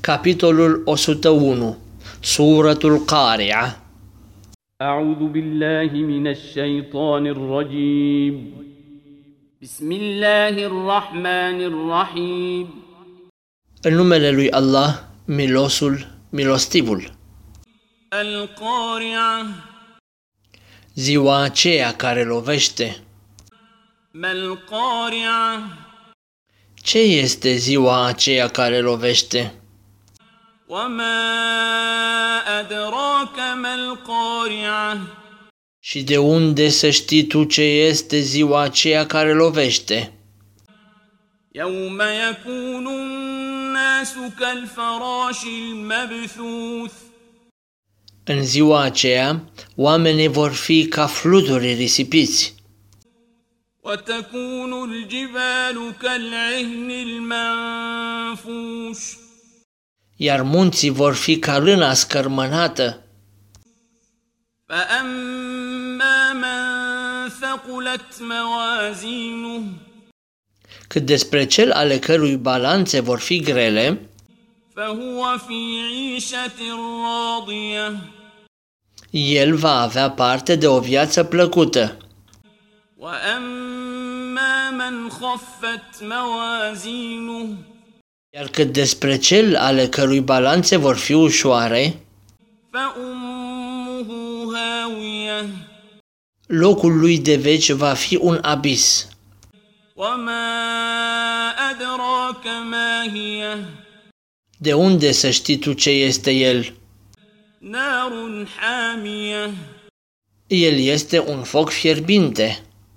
Capitolul 101 Suratul Qari'ah أعوذ بالله من الشيطان الرجيم بسم الله الرحمن الرحيم În numele lui Allah, milosul, milostivul القارعة Ziua aceea care lovește ما القارعة Ce este ziua aceea care lovește? وما أدراك ما القارعة Și de unde să știi tu ce este ziua aceea care lovește? يوم يكون الناس كالفراش المبثوث În ziua aceea, oamenii vor fi ca fluturi risipiți وتكون الجبال كالعهن المنفوش iar munții vor fi ca lâna scărmănată. فأما من ثقلت موازينه Cât despre cel ale cărui balanțe vor fi grele, فهو في عيشة راضية el va avea parte de o viață plăcută. وأما من خفت موازينه Iar cât despre cel ale cărui balanțe vor fi ușoare, فأمه هاوية locul lui de veci va fi un abis. وما أدراك ما هي De unde să știi tu ce este el? نار حامية El este un foc fierbinte.